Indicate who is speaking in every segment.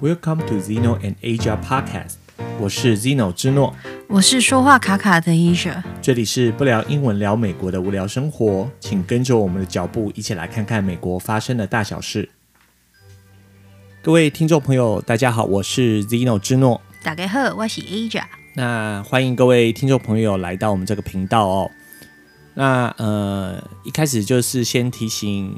Speaker 1: Welcome to Zeno and Asia Podcast，我是 Zeno 之诺，
Speaker 2: 我是说话卡卡的 Asia。
Speaker 1: 这里是不聊英文聊美国的无聊生活，请跟着我们的脚步一起来看看美国发生的大小事。各位听众朋友，大家好，我是 Zeno 之诺。
Speaker 2: 大家好，我是 Asia。
Speaker 1: 那欢迎各位听众朋友来到我们这个频道哦。那呃，一开始就是先提醒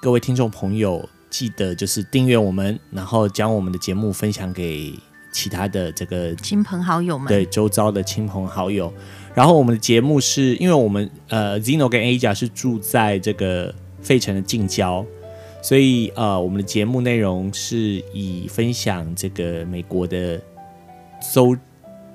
Speaker 1: 各位听众朋友，记得就是订阅我们，然后将我们的节目分享给其他的这个
Speaker 2: 亲朋好友们，
Speaker 1: 对周遭的亲朋好友。然后我们的节目是因为我们呃 Zeno 跟 Aja 是住在这个费城的近郊，所以呃我们的节目内容是以分享这个美国的周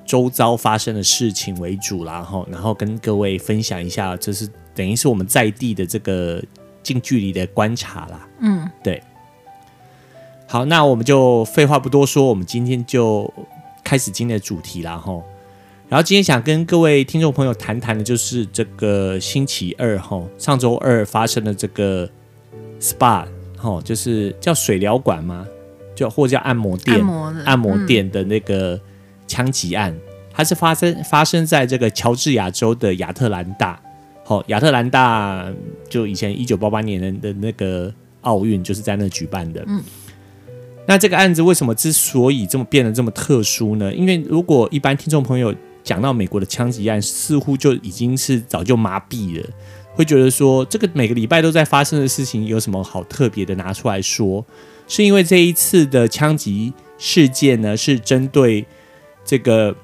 Speaker 1: 周遭发生的事情为主啦，然后然后跟各位分享一下，就是等于是我们在地的这个近距离的观察啦。
Speaker 2: 嗯，
Speaker 1: 对。好，那我们就废话不多说，我们今天就开始今天的主题啦，吼。然后今天想跟各位听众朋友谈谈的，就是这个星期二，吼，上周二发生的这个 SPA，吼，就是叫水疗馆吗？就或者叫按摩店？
Speaker 2: 按摩的
Speaker 1: 按摩店的那个枪击案，它是发生发生在这个乔治亚州的亚特兰大。好、亚特兰大就以前一九八八年的的那个奥运就是在那举办的。
Speaker 2: 嗯，
Speaker 1: 那这个案子为什么之所以这么变得这么特殊呢？因为如果一般听众朋友讲到美国的枪击案，似乎就已经是早就麻痹了。会觉得说，这个每个礼拜都在发生的事情有什么好特别的拿出来说？是因为这一次的枪击事件呢，是针对这个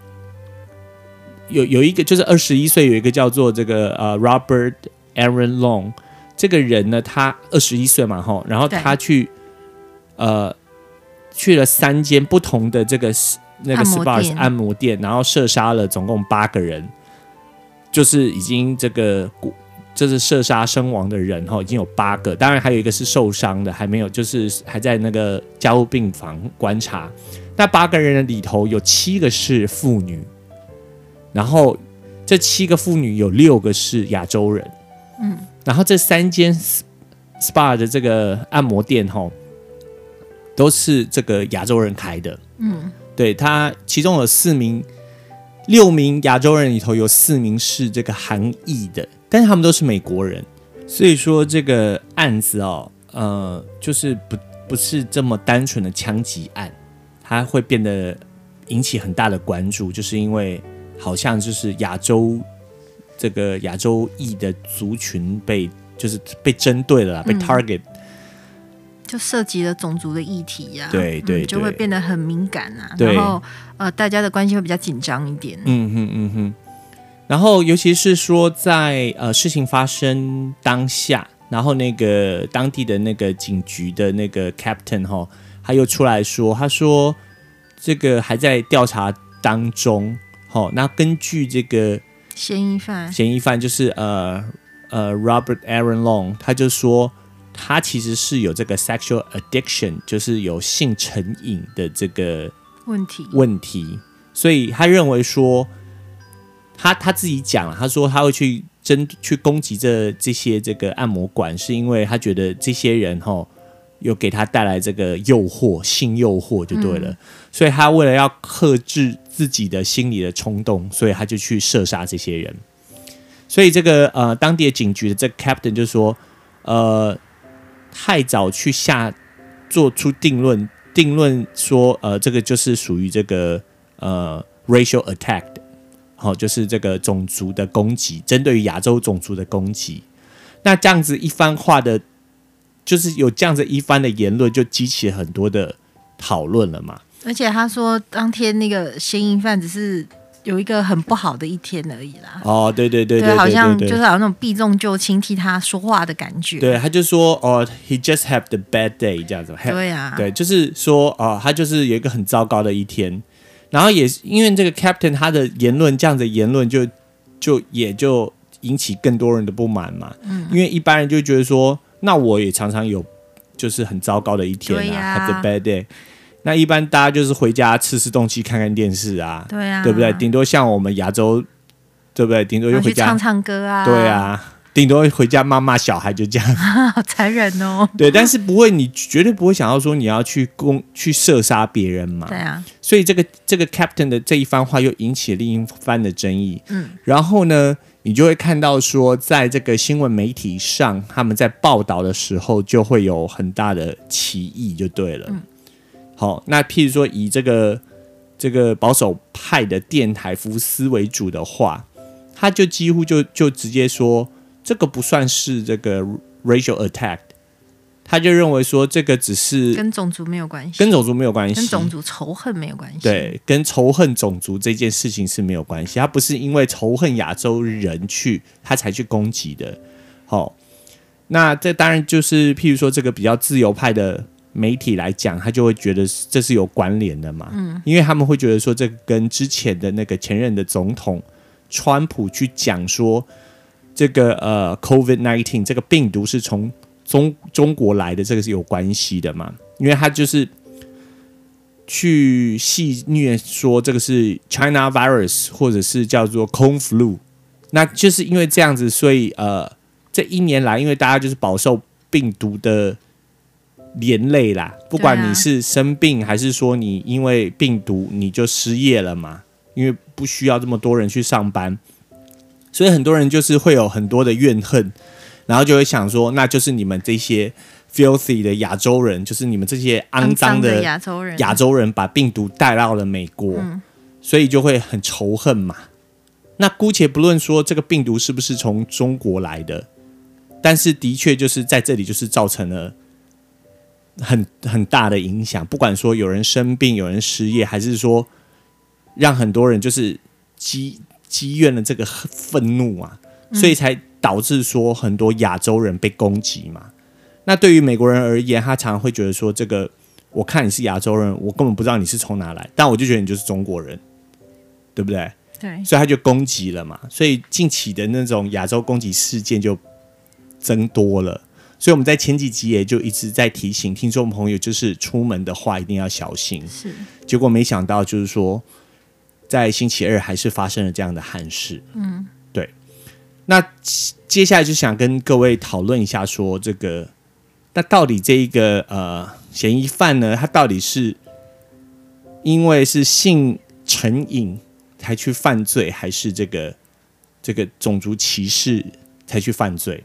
Speaker 1: 有有一个就是二十一岁有一个叫做这个呃 Robert Aaron Long 这个人呢，他二十一岁嘛吼，然后
Speaker 2: 对
Speaker 1: 他去呃去了三间不同的这个 s- 那个
Speaker 2: 按摩
Speaker 1: SPA
Speaker 2: 店
Speaker 1: 按摩店，然后射杀了总共八个人，就是已经这个就是射杀身亡的人哈，已经有八个，当然还有一个是受伤的，还没有，就是还在那个加护病房观察。那八个人里头有七个是妇女，然后这七个妇女有六个是亚洲人，
Speaker 2: 嗯，
Speaker 1: 然后这三间 s- SPA 的这个按摩店哈，都是这个亚洲人开的，
Speaker 2: 嗯，
Speaker 1: 对他，其中有四名，六名亚洲人里头有四名是这个韩裔的，但是他们都是美国人，所以说这个案子哦，呃，就是不不是这么单纯的枪击案，它会变得引起很大的关注，就是因为好像就是亚洲这个亚洲裔的族群被就是被针对了啦，被
Speaker 2: 嗯
Speaker 1: target
Speaker 2: 就涉及了种族的议题呀、
Speaker 1: 对对
Speaker 2: 嗯就会
Speaker 1: 对
Speaker 2: 变得很敏感啊。
Speaker 1: 对
Speaker 2: 然后呃，大家的关系会比较紧张一点。
Speaker 1: 嗯哼嗯哼。然后，尤其是说在呃事情发生当下，然后那个当地的那个警局的那个 captain 哈，他又出来说，他说这个还在调查当中。好，那根据这个
Speaker 2: 嫌疑犯，
Speaker 1: 嫌疑犯就是呃呃 Robert Aaron Long，他就说他其实是有这个 sexual addiction，就是有性成瘾的这个
Speaker 2: 问题，
Speaker 1: 问题，所以他认为说，他他自己讲了，他说他会去针去攻击这这些这个按摩馆，是因为他觉得这些人吼有给他带来这个诱惑，性诱惑就对了，所以他为了要克制自己的心理的冲动，所以他就去射杀这些人。所以这个呃，当地的警局的这个 captain 就说，呃，太早去下做出定论，定论说，呃，这个就是属于这个呃 racial attack，的好、就是这个种族的攻击，针对于亚洲种族的攻击。那这样子一番话的，就是有这样子一番的言论，就激起了很多的讨论了嘛。
Speaker 2: 而且他说当天那个嫌疑犯只是有一个很不好的一天而已啦。
Speaker 1: 哦，对对对对
Speaker 2: 好
Speaker 1: 对
Speaker 2: 像
Speaker 1: 对
Speaker 2: 就是好像那种避重就轻替他说话的感觉。
Speaker 1: 对，他就说哦，he just had the bad day 这样子，
Speaker 2: 对啊，
Speaker 1: 对，就是说哦，他就是有一个很糟糕的一天，然后也是因为这个 captain 他的言论这样的言论就就也就引起更多人的不满嘛，嗯，因为一般人就觉得说，那我也常常有就是很糟糕的一天
Speaker 2: 对
Speaker 1: 啊
Speaker 2: 呀
Speaker 1: h a d a bad day，那一般大家就是回家吃吃东西看看电视啊，
Speaker 2: 对啊，
Speaker 1: 对不对？顶多像我们亚洲，对不对？顶多就
Speaker 2: 然后
Speaker 1: 回
Speaker 2: 去
Speaker 1: 家
Speaker 2: 唱唱歌啊，
Speaker 1: 对，啊，顶多回家骂骂小孩，就这样。
Speaker 2: 好残忍 哦。
Speaker 1: 对，但是不会，你绝对不会想要说你要去攻去射杀别人嘛。
Speaker 2: 对啊，
Speaker 1: 所以这个这个 captain 的这一番话又引起了另一番的争议。
Speaker 2: 嗯，
Speaker 1: 然后呢，你就会看到说，在这个新闻媒体上，他们在报道的时候就会有很大的歧义，就对
Speaker 2: 嗯
Speaker 1: 了。好，那譬如说以这个这个保守派的电台福斯为主的话，他就几乎就就直接说，这个不算是这个 racial attack，他就认为说这个只是
Speaker 2: 跟种族没有关系，
Speaker 1: 跟种族没有关系，
Speaker 2: 跟种族仇恨没有关系。，
Speaker 1: 对，跟仇恨种族这件事情是没有关系，他不是因为仇恨亚洲人去他才去攻击的。好、那这当然就是譬如说这个比较自由派的媒体来讲，他就会觉得这是有关联的嘛，嗯，因为他们会觉得说这跟之前的那个前任的总统川普去讲说这个呃 COVID nineteen 这个病毒是从中中国来的，这个是有关系的嘛，因为他就是。去戏谑说这个是 China virus，或者是叫做空 flu，那就是因为这样子，所以呃，这一年来，因为大家就是饱受病毒的连累啦，不管
Speaker 2: 对啊
Speaker 1: 你是生病还是说你因为病毒你就失业了嘛，因为不需要这么多人去上班，所以很多人就是会有很多的怨恨，然后就会想说，那就是你们这些 filthy 的亚洲人，就是你们这些肮脏的
Speaker 2: 的亚洲人，
Speaker 1: 亚洲人把病毒带到了美国，所以就会很仇恨嘛。那姑且不论说这个病毒是不是从中国来的，但是的确就是在这里就是造成了很很大的影响，不管说有人生病、有人失业，还是说让很多人就是积积怨了这个愤怒啊，所以才导致说很多亚洲人被攻击嘛。那对于美国人而言，他常常会觉得说，这个我看你是亚洲人，我根本不知道你是从哪来，但我就觉得你就是中国人，对不对？
Speaker 2: 对，
Speaker 1: 所以他就攻击了嘛。所以近期的那种亚洲攻击事件就增多了。所以我们在前几集也就一直在提醒听众朋友，就是出门的话一定要小心。
Speaker 2: 是
Speaker 1: 结果没想到就是说，在星期二还是发生了这样的憾事。嗯，对。那接接下来就想跟各位讨论一下，说这个，那到底这一个呃嫌疑犯呢，他到底是因为是性成瘾才去犯罪，还是这个这个种族歧视才去犯罪？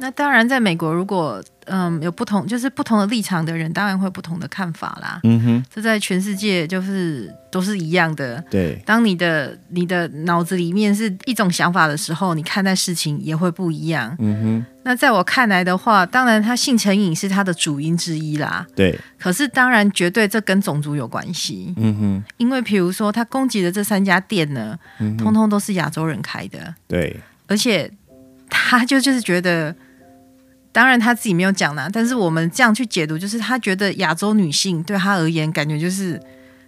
Speaker 2: 那当然，在美国，如果嗯有不同，就是不同的立场的人，当然会有不同的看法啦。
Speaker 1: 嗯哼，
Speaker 2: 这在全世界就是都是一样的。
Speaker 1: 对，
Speaker 2: 当你的你的脑子里面是一种想法的时候，你看待事情也会不一样。
Speaker 1: 嗯哼，
Speaker 2: 那在我看来的话，当然他性成瘾是他的主因之一啦。
Speaker 1: 对，
Speaker 2: 可是当然，绝对这跟种族有关系，
Speaker 1: 嗯哼，嗯
Speaker 2: 因为比如说他攻击的这三家店呢，通通都是亚洲人开的。
Speaker 1: 对，
Speaker 2: 而且他就就是觉得，当然他自己没有讲啦，但是我们这样去解读，就是他觉得亚洲女性对他而言，感觉就是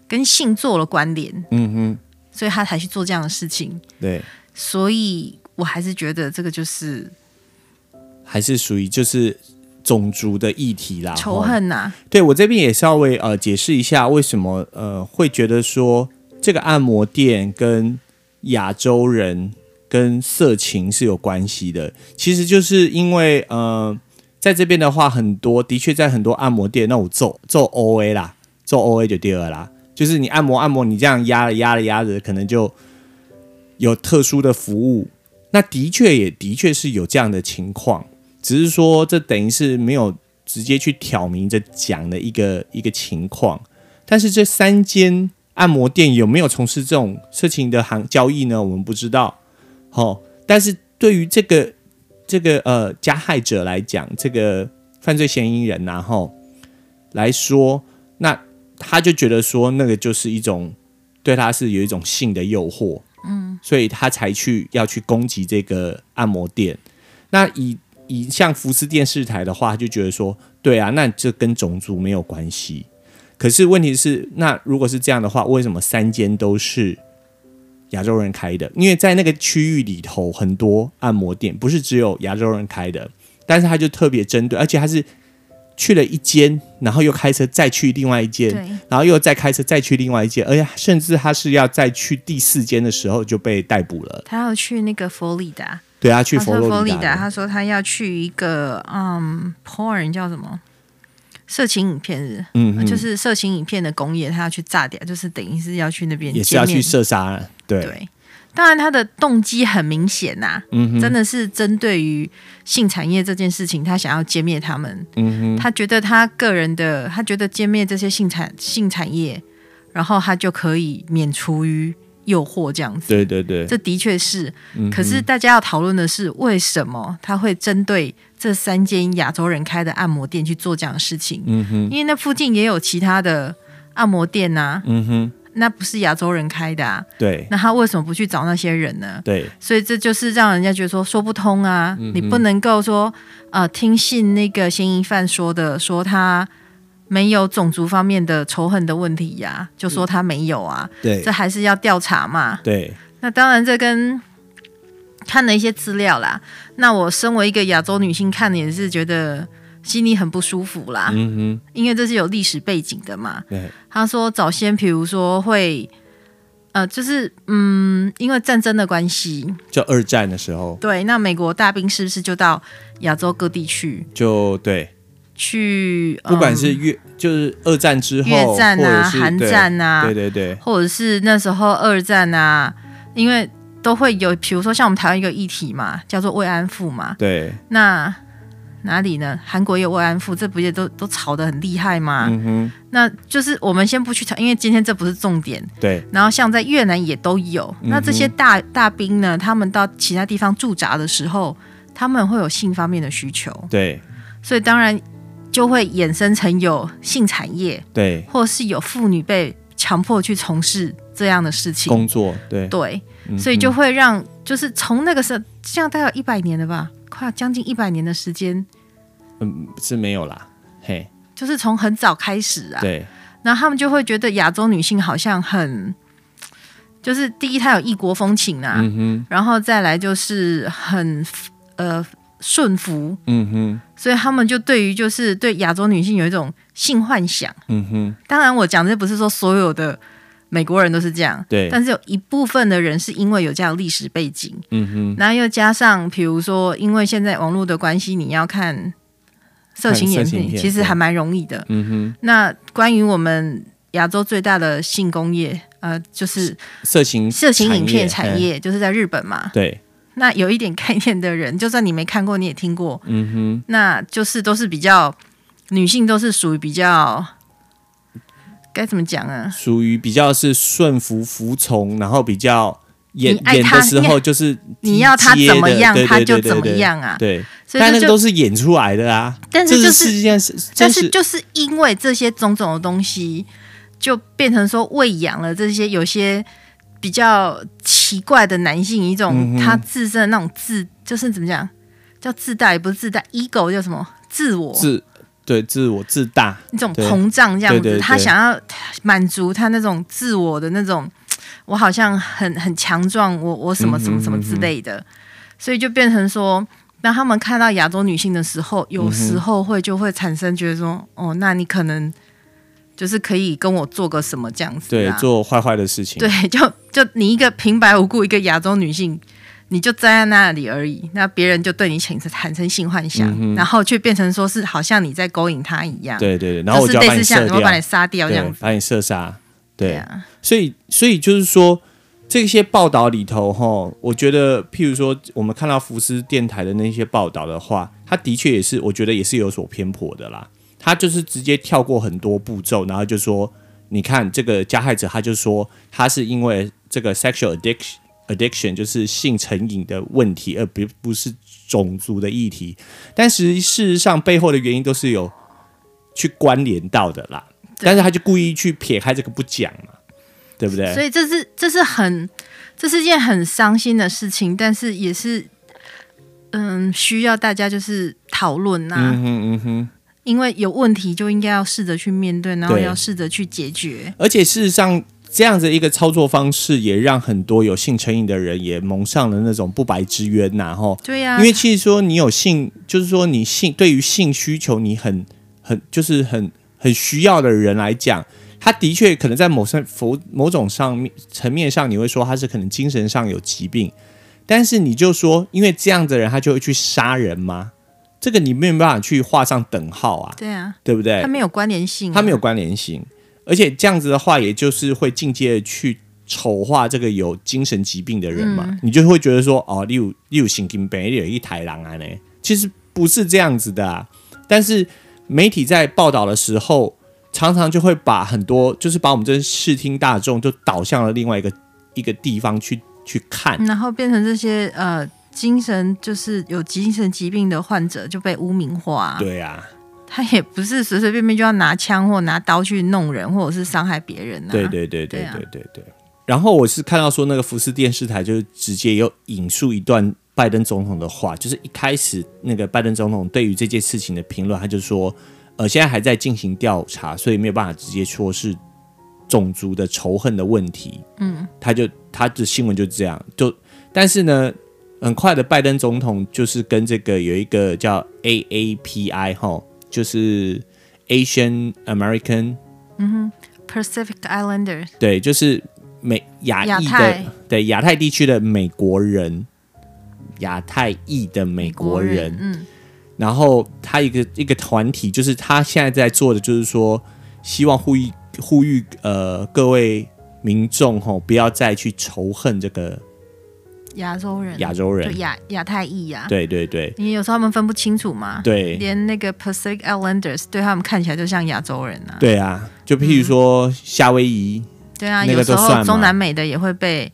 Speaker 2: 跟性做了关联，
Speaker 1: 嗯哼，
Speaker 2: 所以他才去做这样的事情。
Speaker 1: 对。
Speaker 2: 所以我还是觉得这个就是
Speaker 1: 还是属于就是种族的议题啦。
Speaker 2: 仇
Speaker 1: 吼。
Speaker 2: 恨啊呐、
Speaker 1: 对我这边也稍微呃解释一下，为什么呃会觉得说这个按摩店跟亚洲人跟色情是有关系的，其实就是因为呃在这边的话，很多的确在很多按摩店那种做做 O A 啦，做 O A 就第二啦，就是你按摩按摩，你这样压了压了压着，可能就有特殊的服务。那的确也的确是有这样的情况，只是说这等于是没有直接去挑明着讲的一个一个情况。但是这三间按摩店有没有从事这种色情的行交易呢？我们不知道。好、但是对于这个这个呃加害者来讲，这个犯罪嫌疑人然后来说，那他就觉得说那个就是一种对他是有一种性的诱惑，嗯，所以他才去要去攻击这个按摩店。那以以像福斯电视台的话，他就觉得说，对啊，那这跟种族没有关系。可是问题是，那如果是这样的话，为什么三间都是亚洲人开的？因为在那个区域里头，很多按摩店不是只有亚洲人开的，但是他就特别针对，而且他是去了一间，然后又开车再去另外一间，
Speaker 2: 对，
Speaker 1: 然后又再开车再去另外一间，而且甚至他是要再去第四间的时候就被逮捕了。
Speaker 2: 哦他要去那个佛罗里达，
Speaker 1: 对啊他去
Speaker 2: 他
Speaker 1: 佛
Speaker 2: 说
Speaker 1: 罗
Speaker 2: 佛
Speaker 1: 里
Speaker 2: 里
Speaker 1: 达
Speaker 2: 达，
Speaker 1: 的，
Speaker 2: 他说他要去一个嗯，porn 叫什么色情影片日，呃
Speaker 1: 嗯嗯
Speaker 2: 就是色情影片的工业，他要去炸掉，就是等于是要去那边
Speaker 1: 也是要
Speaker 2: 见
Speaker 1: 去
Speaker 2: 面
Speaker 1: 射杀，对，
Speaker 2: 对。当然，他的动机很明显呐、
Speaker 1: 嗯哼
Speaker 2: 真的是针对于性产业这件事情，他想要歼灭他们。
Speaker 1: 嗯哼，
Speaker 2: 他觉得他个人的，他觉得歼灭这些性产性产业，然后他就可以免除于诱惑这样子。
Speaker 1: 对对对，
Speaker 2: 这的确是，
Speaker 1: 嗯哼
Speaker 2: 可是大家要讨论的是，为什么他会针对这三间亚洲人开的按摩店去做这样的事情？
Speaker 1: 嗯哼
Speaker 2: 因为那附近也有其他的按摩店呐、
Speaker 1: 嗯哼，
Speaker 2: 那不是亚洲人开的啊，
Speaker 1: 对
Speaker 2: 那他为什么不去找那些人呢？
Speaker 1: 对，
Speaker 2: 所以这就是让人家觉得说说不通啊，
Speaker 1: 嗯
Speaker 2: 你不能够说呃听信那个嫌疑犯说的，说他没有种族方面的仇恨的问题呀、就说他没有啊，
Speaker 1: 嗯对
Speaker 2: 这还是要调查嘛。
Speaker 1: 对，
Speaker 2: 那当然，这跟看了一些资料啦。那我身为一个亚洲女性，看了也是觉得心里很不舒服啦，
Speaker 1: 嗯
Speaker 2: 因为这是有历史背景的嘛
Speaker 1: 哼，。对，
Speaker 2: 他说早先，比如说会，呃，就是嗯，因为战争的关系，
Speaker 1: 就二战的时候，
Speaker 2: 对，那美国大兵是不是就到亚洲各地去
Speaker 1: 就对，
Speaker 2: 去？
Speaker 1: 不管
Speaker 2: 嗯
Speaker 1: 是越就是二战之后，
Speaker 2: 越战
Speaker 1: 或者
Speaker 2: 啊、
Speaker 1: 是
Speaker 2: 韩
Speaker 1: 对
Speaker 2: 战啊，
Speaker 1: 对对对，
Speaker 2: 或者是那时候二战啊，因为都会有，比如说像我们台湾一个议题嘛，叫做慰安妇嘛，
Speaker 1: 对，
Speaker 2: 那哪里呢？韩国也有慰安妇，这不也都都吵得很厉害吗？
Speaker 1: 嗯
Speaker 2: 那就是我们先不去吵，因为今天这不是重点。
Speaker 1: 哼，对，
Speaker 2: 然后像在越南也都有，
Speaker 1: 嗯哼
Speaker 2: 那这些大大兵呢，他们到其他地方驻扎的时候，他们会有性方面的需求，
Speaker 1: 对
Speaker 2: 所以当然就会衍生成有性产业，
Speaker 1: 对，
Speaker 2: 或是有妇女被强迫去从事这样的事情。
Speaker 1: 工作，对，
Speaker 2: 对，
Speaker 1: 嗯
Speaker 2: 所以
Speaker 1: 哼
Speaker 2: 就会让，就是从那个时候，这样大概有一百年了吧，快将近一百年的时间，
Speaker 1: 嗯是没有啦，嘿，
Speaker 2: 就是从很早开始啊，
Speaker 1: 对
Speaker 2: 然后他们就会觉得亚洲女性好像很，就是第一她有异国风情啊，
Speaker 1: 嗯
Speaker 2: 然后再来就是很呃顺服，
Speaker 1: 嗯哼
Speaker 2: 所以他们就对于就是对亚洲女性有一种性幻想。
Speaker 1: 嗯哼，
Speaker 2: 当然，我讲这不是说所有的美国人都是这样，
Speaker 1: 对，
Speaker 2: 但是有一部分的人是因为有这样的历史背景，
Speaker 1: 嗯哼，
Speaker 2: 然后又加上比如说因为现在网络的关系，你要看色情影
Speaker 1: 看色情
Speaker 2: 片，
Speaker 1: 片
Speaker 2: 其实还蛮容易的。
Speaker 1: 嗯
Speaker 2: 那关于我们亚洲最大的性工业，呃，就是
Speaker 1: 哼，色情
Speaker 2: 色情影片产
Speaker 1: 嘿
Speaker 2: 业，就是在日本嘛。
Speaker 1: 对，
Speaker 2: 那有一点概念的人，就算你没看过，你也听过，
Speaker 1: 嗯
Speaker 2: 那就是都是比较女性，都是属于比较该怎么讲啊
Speaker 1: 哼，？属于比较是顺服服从，然后比较演
Speaker 2: 你爱
Speaker 1: 演
Speaker 2: 他
Speaker 1: 的时候就是
Speaker 2: 你要他
Speaker 1: 低阶
Speaker 2: 怎么
Speaker 1: 的
Speaker 2: 样
Speaker 1: 对，
Speaker 2: 他
Speaker 1: 对
Speaker 2: 就
Speaker 1: 对对
Speaker 2: 怎么
Speaker 1: 对
Speaker 2: 样啊？
Speaker 1: 对，
Speaker 2: 所以
Speaker 1: 但
Speaker 2: 这
Speaker 1: 那
Speaker 2: 就
Speaker 1: 个都是演出来的啊，
Speaker 2: 但
Speaker 1: 这
Speaker 2: 是就是
Speaker 1: 世界是
Speaker 2: 但
Speaker 1: 真
Speaker 2: 是
Speaker 1: 实，
Speaker 2: 就是因为这些种种的东西，就变成说喂养了这些有些比较奇怪的男性一种
Speaker 1: 嗯哼
Speaker 2: 他自身的那种自，就是怎么讲，叫自大也不是自大，ego 叫什么自我
Speaker 1: 自对自我自大，
Speaker 2: 一种
Speaker 1: 对
Speaker 2: 膨胀这样子，
Speaker 1: 对对对
Speaker 2: 他想要满足他那种自我的那种，我好像很很强壮，我我什么什么什么之类
Speaker 1: 嗯
Speaker 2: 的，所以就变成说。当他们看到亚洲女性的时候，有时
Speaker 1: 嗯
Speaker 2: 候会就会产生觉得说，哦，那你可能就是可以跟我做个什么这样子、
Speaker 1: 对
Speaker 2: 啊，，
Speaker 1: 做坏坏的事情，
Speaker 2: 对，啊就就你一个平白无故一个亚洲女性，你就站在那里而已，那别人就对你产生产生性幻想，
Speaker 1: 嗯
Speaker 2: 然后却变成说是好像你在勾引他一样，
Speaker 1: 对对对，然后我
Speaker 2: 就
Speaker 1: 就是要把
Speaker 2: 类
Speaker 1: 你
Speaker 2: 似像
Speaker 1: 射
Speaker 2: 我把
Speaker 1: 掉
Speaker 2: 你，杀掉这样
Speaker 1: 对，
Speaker 2: 子，
Speaker 1: 把你射杀，对
Speaker 2: 啊，
Speaker 1: 所以，所以就是说，这些报道里头，哈，我觉得，譬如说，我们看到福斯电台的那些报道的话，它的确也是，我觉得也是有所偏颇的啦。他就是直接跳过很多步骤，然后就说，你看这个加害者，他就说他是因为这个 sexual addiction addiction 就是性成瘾的问题，而不不是种族的议题。但实事实上，背后的原因都是有去关联到的啦。但是他就故意去撇开这个不讲嘛，对不对？
Speaker 2: 所以这是这是很这是件很伤心的事情，但是也是嗯需要大家就是讨论呐、
Speaker 1: 嗯哼嗯哼，
Speaker 2: 因为有问题就应该要试着去面对，然后
Speaker 1: 对
Speaker 2: 要试着去解决。
Speaker 1: 而且事实上，这样子一个操作方式，也让很多有性成瘾的人也蒙上了那种不白之冤呐、吼。
Speaker 2: 对啊呀、
Speaker 1: 因为其实说你有性，就是说你性对于性需求你很很就是很很需要的人来讲，他的确可能在某上某某种上面层面上，你会说他是可能精神上有疾病，但是你就说，因为这样的人他就会去杀人吗？这个你没有办法去画上等号啊，
Speaker 2: 对啊，
Speaker 1: 对不对
Speaker 2: 它？没有关联性、啊
Speaker 1: 它没有，关联性，而且这样子的话，也就是会进阶的去丑化这个有精神疾病的人嘛，你就会觉得说，哦，例如例如神经病，你有一台狼啊呢，其实不是这样子的、啊，但是媒体在报道的时候，常常就会把很多，就是把我们这些视听大众就导向了另外一个一个地方去去看，
Speaker 2: 然后变成这些呃精神就是有精神疾病的患者就被污名化、啊，
Speaker 1: 对啊，
Speaker 2: 他也不是随随便便就要拿枪或拿刀去弄人，或者是伤害别人、啊。
Speaker 1: 对对对
Speaker 2: 对
Speaker 1: 对
Speaker 2: 啊
Speaker 1: 对对对。然后我是看到说那个福斯电视台就是直接有引述一段拜登总统的话，就是一开始那个拜登总统对于这件事情的评论，他就说，呃，现在还在进行调查，所以没有办法直接说是种族的仇恨的问题。嗯，他就他的新闻就这样，就但是呢，很快的拜登总统就是跟这个有一个叫 AAPI 哈，就是 Asian American
Speaker 2: Pacific Islander
Speaker 1: 对，就是美亚裔
Speaker 2: 亚
Speaker 1: 的
Speaker 2: 太
Speaker 1: 对亚太地区的美国人，亚太裔的美国人。
Speaker 2: 嗯，
Speaker 1: 然后他一个一个团体，就是他现在在做的，就是说希望呼吁呼吁呃各位民众吼，不要再去仇恨这个
Speaker 2: 亚洲人，
Speaker 1: 亚洲
Speaker 2: 就
Speaker 1: 人。
Speaker 2: 亚亚太裔呀、啊。
Speaker 1: 对对对
Speaker 2: 因为有时候他们分不清楚嘛，
Speaker 1: 对
Speaker 2: 连那个 Pacific Islanders 对他们看起来就像亚洲人啊，
Speaker 1: 对啊！就譬如说夏威夷，
Speaker 2: 对啊，
Speaker 1: 那个
Speaker 2: 有时
Speaker 1: 都算嘛
Speaker 2: 候中南美的也会被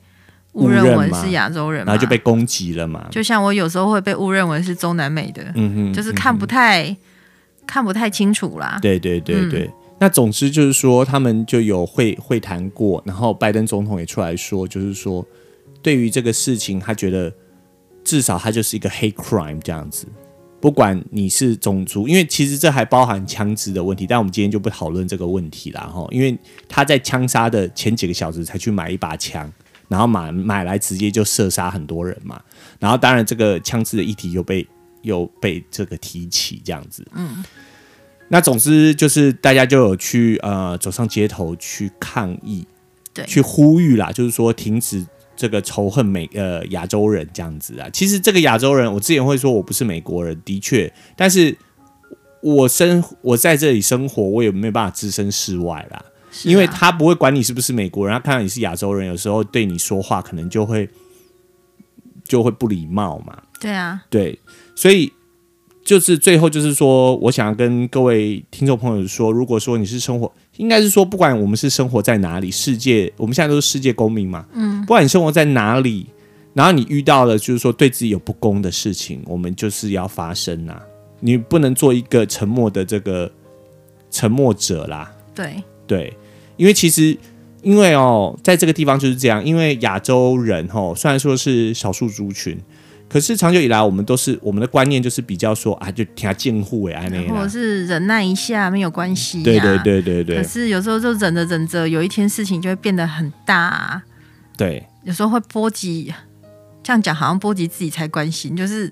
Speaker 1: 误
Speaker 2: 误
Speaker 1: 认
Speaker 2: 认为
Speaker 1: 嘛
Speaker 2: 是亚洲人嘛，
Speaker 1: 然后就被攻击了嘛。
Speaker 2: 啊就像我有时候会被误认为是中南美的，
Speaker 1: 嗯哼，
Speaker 2: 就是看不太、看不太清楚啦。
Speaker 1: 对对对对。那总之就是说，他们就有会会谈过，然后拜登总统也出来说，就是说对于这个事情，他觉得至少他就是一个 hate crime 这样子，不管你是种族，因为其实这还包含枪支的问题，但我们今天就不讨论这个问题啦哈，因为他在枪杀的前几个小时才去买一把枪，然后买买来直接就射杀很多人嘛，然后当然这个枪支的议题又被又被这个提起这样子，那总之就是大家就有去呃走上街头去抗议，
Speaker 2: 对
Speaker 1: 去呼吁啦，就是说停止这个仇恨美呃亚洲人这样子啊。其实这个亚洲人，我之前会说我不是美国人，的确，但是我生我在这里生活，我也没办法置身事外啦，
Speaker 2: 是啊
Speaker 1: 因为他不会管你是不是美国人，他看到你是亚洲人，有时候对你说话可能就会就会不礼貌嘛。
Speaker 2: 对啊，
Speaker 1: 对，所以就是最后就是说，我想要跟各位听众朋友说，如果说你是生活，应该是说，不管我们是生活在哪里，世界我们现在都是世界公民嘛，嗯，不管你生活在哪里，然后你遇到了就是说对自己有不公的事情，我们就是要发声啊，你不能做一个沉默的这个沉默者啦，
Speaker 2: 对
Speaker 1: 对，因为其实因为哦，在这个地方就是这样，因为亚洲人哦，虽然说是少数族群，可是长久以来我们都是我们的观念就是比较说啊，就听监护为安内
Speaker 2: 或
Speaker 1: 啦
Speaker 2: 者，是忍耐一下没有关系、呀啊
Speaker 1: 对对对对对
Speaker 2: 可是有时候就忍着忍着，有一天事情就会变得很大、啊，
Speaker 1: 对
Speaker 2: 有时候会波及。这样讲好像波及自己才关心，就是，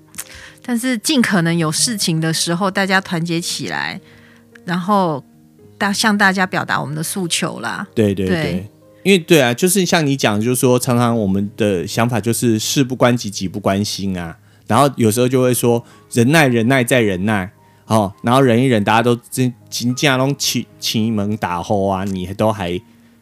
Speaker 2: 但是尽可能有事情的时候，大家团结起来，然后大向大家表达我们的诉求啦。
Speaker 1: 对对对
Speaker 2: 对。
Speaker 1: 因为对啊，就是像你讲，就是说，常常我们的想法就是事不关己，己不关心啊。然后有时候就会说忍耐，忍耐再忍耐，哦，然后忍一忍，大家都真真正拢起起门打后啊，你都还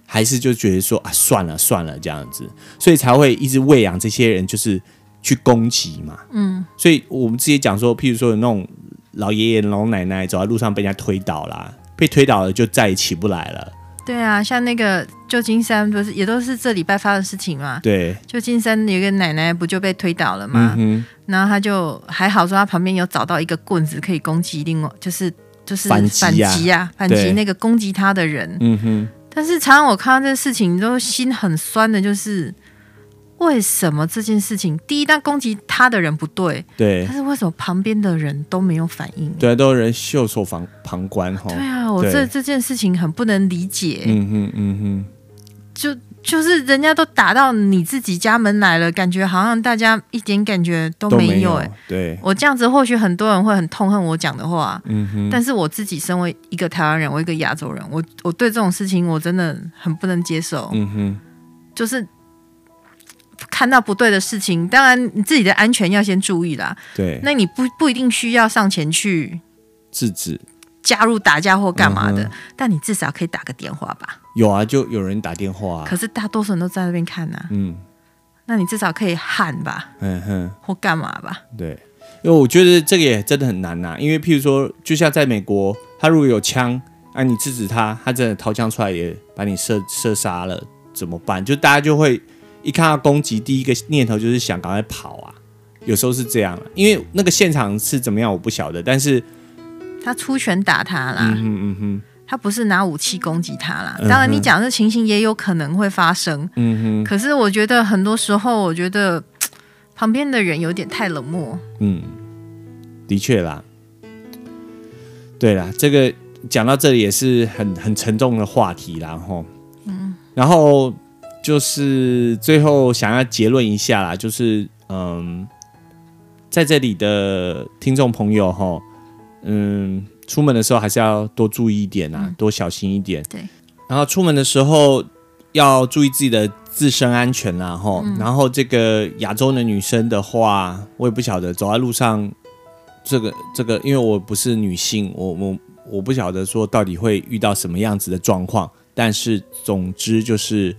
Speaker 1: 还是就觉得说啊，算了算了这样子，所以才会一直喂养这些人，就是去攻击嘛。嗯，所以我们之前讲说，譬如说有那种老爷爷、老奶奶走在路上被人家推倒啦，被推倒了就再也起不来了。
Speaker 2: 对啊，像那个旧金山不是也都是这礼拜发生的事情嘛？
Speaker 1: 对，
Speaker 2: 旧金山有一个奶奶不就被推倒了嘛
Speaker 1: 嗯，哼，
Speaker 2: 然后她就还好说她旁边有找到一个棍子可以攻击另外就是就是
Speaker 1: 反
Speaker 2: 反
Speaker 1: 击啊
Speaker 2: 击啊反
Speaker 1: 对
Speaker 2: 击那个攻击她的人。
Speaker 1: 嗯哼。
Speaker 2: 但是常常我看到这事情都心很酸的，就是为什么这件事情第一，但攻击她的人不对，
Speaker 1: 对
Speaker 2: 但是为什么旁边的人都没有反应？
Speaker 1: 对啊，都有人袖手旁旁观哈。
Speaker 2: 对啊，我这
Speaker 1: 哦对
Speaker 2: 这件事情很不能理解。
Speaker 1: 嗯哼嗯哼，
Speaker 2: 就就是人家都打到你自己家门来了，感觉好像大家一点感觉都
Speaker 1: 都
Speaker 2: 没
Speaker 1: 有
Speaker 2: 有哎、
Speaker 1: 对，
Speaker 2: 我这样子，或许很多人会很痛恨我讲的话，
Speaker 1: 嗯哼，
Speaker 2: 但是我自己身为一个台湾人，我一个亚洲人，我我
Speaker 1: 嗯
Speaker 2: 对这种事情我真的很不能接受，
Speaker 1: 嗯哼，
Speaker 2: 就是看到不对的事情，当然你自己的安全要先注意啦。
Speaker 1: 对，
Speaker 2: 那你不不一定需要上前去
Speaker 1: 制止
Speaker 2: 加入打架或干嘛的，
Speaker 1: 嗯
Speaker 2: 但你至少可以打个电话吧。
Speaker 1: 有啊，就有人打电话、啊
Speaker 2: 可，是大多数人都在那边看呐、
Speaker 1: 嗯
Speaker 2: 那你至少可以喊吧，
Speaker 1: 嗯哼。
Speaker 2: 或干嘛吧。
Speaker 1: 对，因为我觉得这个也真的很难呐、因为譬如说，就像在美国，他如果有枪，啊，你制止他，他真的掏枪出来也把你射射杀了，怎么办？就大家就会一看到攻击，第一个念头就是想赶快跑啊。有时候是这样、啊，因为那个现场是怎么样我不晓得，但是
Speaker 2: 他出拳打他啦，
Speaker 1: 嗯嗯哼
Speaker 2: 他不是拿武器攻击他啦。
Speaker 1: 嗯哼
Speaker 2: 当然，你讲这情形也有可能会发生，
Speaker 1: 嗯
Speaker 2: 可是我觉得很多时候，我觉得嘖旁边的人有点太冷漠。
Speaker 1: 哼嗯，的确啦，对啦，这个讲到这里也是很很沉重的话题啦，吼，嗯，然后就是最后想要结论一下啦，就是嗯，在这里的听众朋友吼，嗯，出门的时候还是要多注意一点啊，多小心一点，
Speaker 2: 对，
Speaker 1: 然后出门的时候要注意自己的自身安全啦，吼、然后这个亚洲的女生的话，我也不晓得走在路上，这个这个，因为我不是女性，我我我不晓得说到底会遇到什么样子的状况，但是总之就是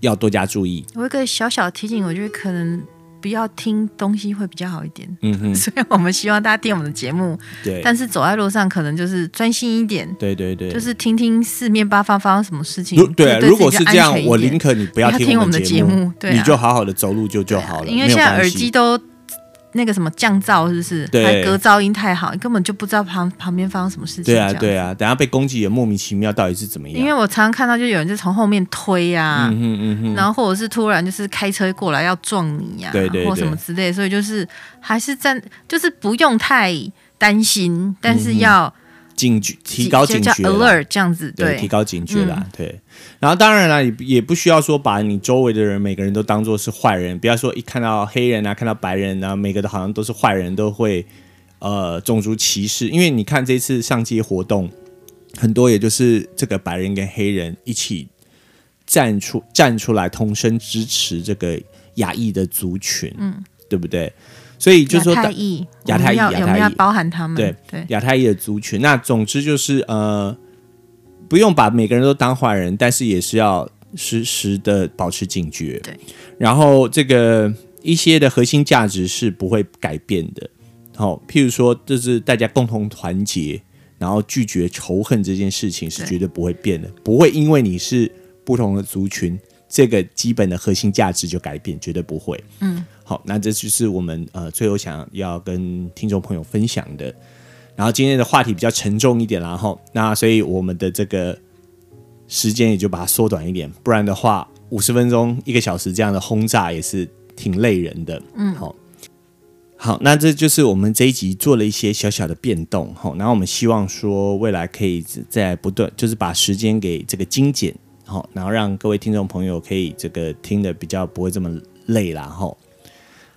Speaker 1: 要多加注意。
Speaker 2: 我有一个小小的提醒，我觉得可能不要听东西会比较好一点。
Speaker 1: 嗯哼，
Speaker 2: 所以我们希望大家听我们的节目，
Speaker 1: 对，
Speaker 2: 但是走在路上可能就是专心一点，
Speaker 1: 对对对，
Speaker 2: 就是听听四面八方发生什么事情
Speaker 1: 如。
Speaker 2: 就
Speaker 1: 对，啊
Speaker 2: 对自己
Speaker 1: 如果是这样
Speaker 2: 安全一，点
Speaker 1: 我宁可你不要
Speaker 2: 不要
Speaker 1: 听
Speaker 2: 听
Speaker 1: 我
Speaker 2: 我
Speaker 1: 们
Speaker 2: 们的
Speaker 1: 节
Speaker 2: 节目对啊
Speaker 1: 你就好好的走路就就好了，
Speaker 2: 因为
Speaker 1: 没有
Speaker 2: 现在
Speaker 1: 关
Speaker 2: 耳
Speaker 1: 系
Speaker 2: 机都那个什么降噪，是不是？
Speaker 1: 对
Speaker 2: 还隔噪音太好，你根本就不知道旁旁边发生什么事情。
Speaker 1: 对啊
Speaker 2: 这样
Speaker 1: 对。啊，等下被攻击也莫名其妙，到底是怎么样？
Speaker 2: 因为我常常看到，就有人就从后面推啊，
Speaker 1: 嗯哼嗯哼。
Speaker 2: 然后或者是突然就是开车过来要撞你呀、啊，
Speaker 1: 对对对
Speaker 2: 或什么之类，所以就是还是站，就是不用太担心，但是要
Speaker 1: 警觉，嗯提高警
Speaker 2: 就
Speaker 1: 觉啦
Speaker 2: 叫 alert 这样子，
Speaker 1: 对，
Speaker 2: 对
Speaker 1: 提高警觉啦，对。然后当然啦，也也不需要说把你周围的人每个人都当做是坏人，不要说一看到黑人啊，看到白人啊，每个都好像都是坏人，都会呃种族歧视。因为你看这次上街活动，很多也就是这个白人跟黑人一起站出站出来，同声支持这个亚裔的族群，嗯，对不对？所以就
Speaker 2: 亚
Speaker 1: 说
Speaker 2: 太
Speaker 1: 当
Speaker 2: 裔，
Speaker 1: 亚太裔
Speaker 2: 我们
Speaker 1: 亚
Speaker 2: 要我们
Speaker 1: 太裔
Speaker 2: 要包含他们，
Speaker 1: 对
Speaker 2: 对
Speaker 1: 亚太裔的族群。那总之就是呃，不用把每个人都当坏人，但是也是要时时的保持警觉。
Speaker 2: 对，
Speaker 1: 然后这个一些的核心价值是不会改变的。好、譬如说，就是大家共同团结，然后拒绝仇恨这件事情是
Speaker 2: 对
Speaker 1: 绝对不会变的，不会因为你是不同的族群，这个基本的核心价值就改变，绝对不会。嗯，好，那这就是我们呃最后想要跟听众朋友分享的。然后今天的话题比较沉重一点啦，然后那所以我们的这个时间也就把它缩短一点，不然的话，五十分钟、一个小时这样的轰炸也是挺累人的。嗯，好、好，那这就是我们这一集做了一些小小的变动，好、然后我们希望说未来可以在不断，就是把时间给这个精简，好、然后让各位听众朋友可以这个听的比较不会这么累啦，吼。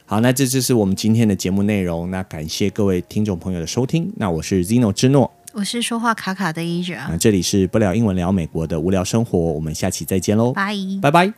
Speaker 1: 好，那这就是我们今天的节目内容。那感谢各位听众朋友的收听。那我是 Zino 之诺，啊
Speaker 2: 我是说话
Speaker 1: 嗯
Speaker 2: 卡卡的 Asia，
Speaker 1: 那这里是不聊英文聊美国的无聊生活，我们下期再见喽，
Speaker 2: 拜。
Speaker 1: 拜拜。